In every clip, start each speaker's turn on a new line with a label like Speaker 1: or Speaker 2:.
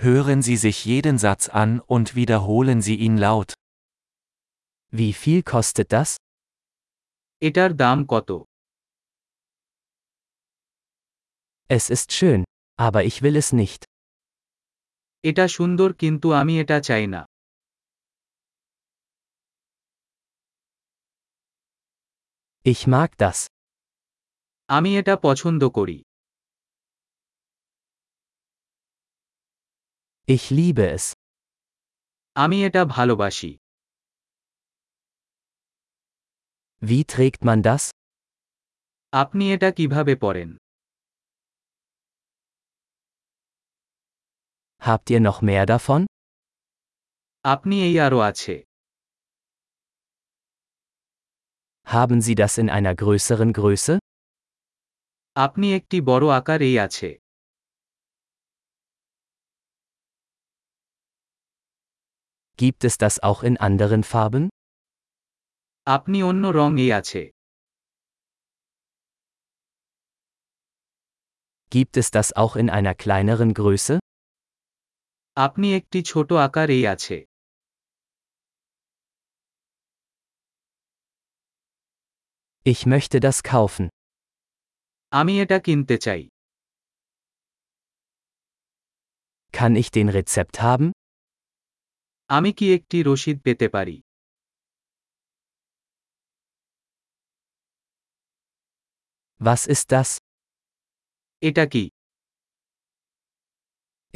Speaker 1: Hören Sie sich jeden Satz an und wiederholen Sie ihn laut. Wie viel kostet das?
Speaker 2: এটার দাম কত
Speaker 1: Es ist schön, aber ich will es nicht.
Speaker 2: এটা সুন্দর কিন্তু আমি এটা চাই না
Speaker 1: Ich mag das.
Speaker 2: আমি এটা পছন্দ করি
Speaker 1: Ich liebe es.
Speaker 2: আমি এটা ভালোবাসি
Speaker 1: Wie trägt man das?
Speaker 2: আপনি এটা কিভাবে পরেন
Speaker 1: Habt ihr noch mehr davon?
Speaker 2: আপনি এই আরও আছে
Speaker 1: Haben Sie das in einer größeren Größe?
Speaker 2: আপনি একটি বড় আকার এই আছে
Speaker 1: Gibt es das auch in anderen Farben?
Speaker 2: আপনি অন্য রং এই আছে
Speaker 1: Gibt es das auch in einer kleineren Größe?
Speaker 2: আপনি একটি ছোট আকার এই আছে
Speaker 1: Ich möchte das kaufen.
Speaker 2: আমি এটা কিনতে চাই
Speaker 1: Kann ich den Rezept haben?
Speaker 2: আমি কি একটি রসিদ পেতে পারি
Speaker 1: Was ist das?
Speaker 2: এটা কি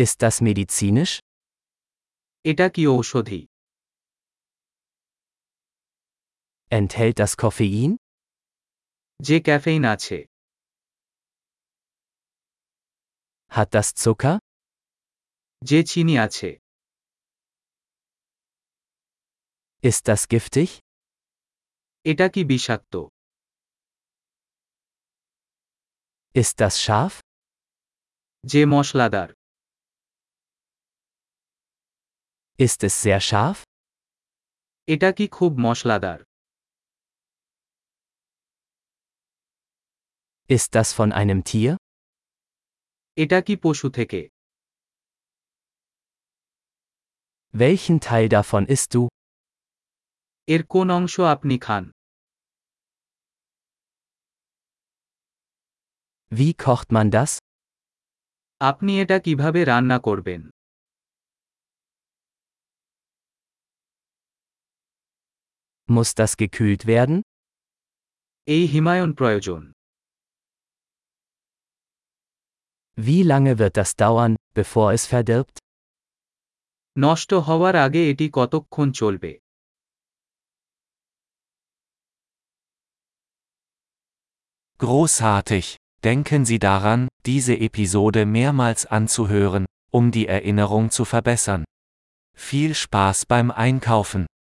Speaker 1: Ist das medizinisch?
Speaker 2: এটা কি ঔষধি
Speaker 1: Enthält das Koffein?
Speaker 2: যে ক্যাফেইন আছে
Speaker 1: Hat das Zucker?
Speaker 2: যে চিনি আছে
Speaker 1: Ist das giftig?
Speaker 2: এটা কি বিষাক্ত
Speaker 1: Ist das scharf?
Speaker 2: যে মশলাদার
Speaker 1: Ist es sehr scharf?
Speaker 2: এটা কি খুব মশলাদার
Speaker 1: Ist das von einem Tier?
Speaker 2: এটা কি পশু থেকে
Speaker 1: Welchen Teil davon isst du?
Speaker 2: এর কোন অংশ আপনি খান
Speaker 1: Wie kocht man das?
Speaker 2: আপনি এটা কিভাবে রান্না করবেন
Speaker 1: Muss das gekühlt werden?
Speaker 2: এই হিমায়ন প্রয়োজন
Speaker 1: Wie lange wird das dauern, bevor es verdirbt?
Speaker 2: নষ্ট হওয়ার আগে এটি কতক্ষণ চলবে
Speaker 3: Großartig! Denken Sie daran, diese Episode mehrmals anzuhören, um die Erinnerung zu verbessern. Viel Spaß beim Einkaufen!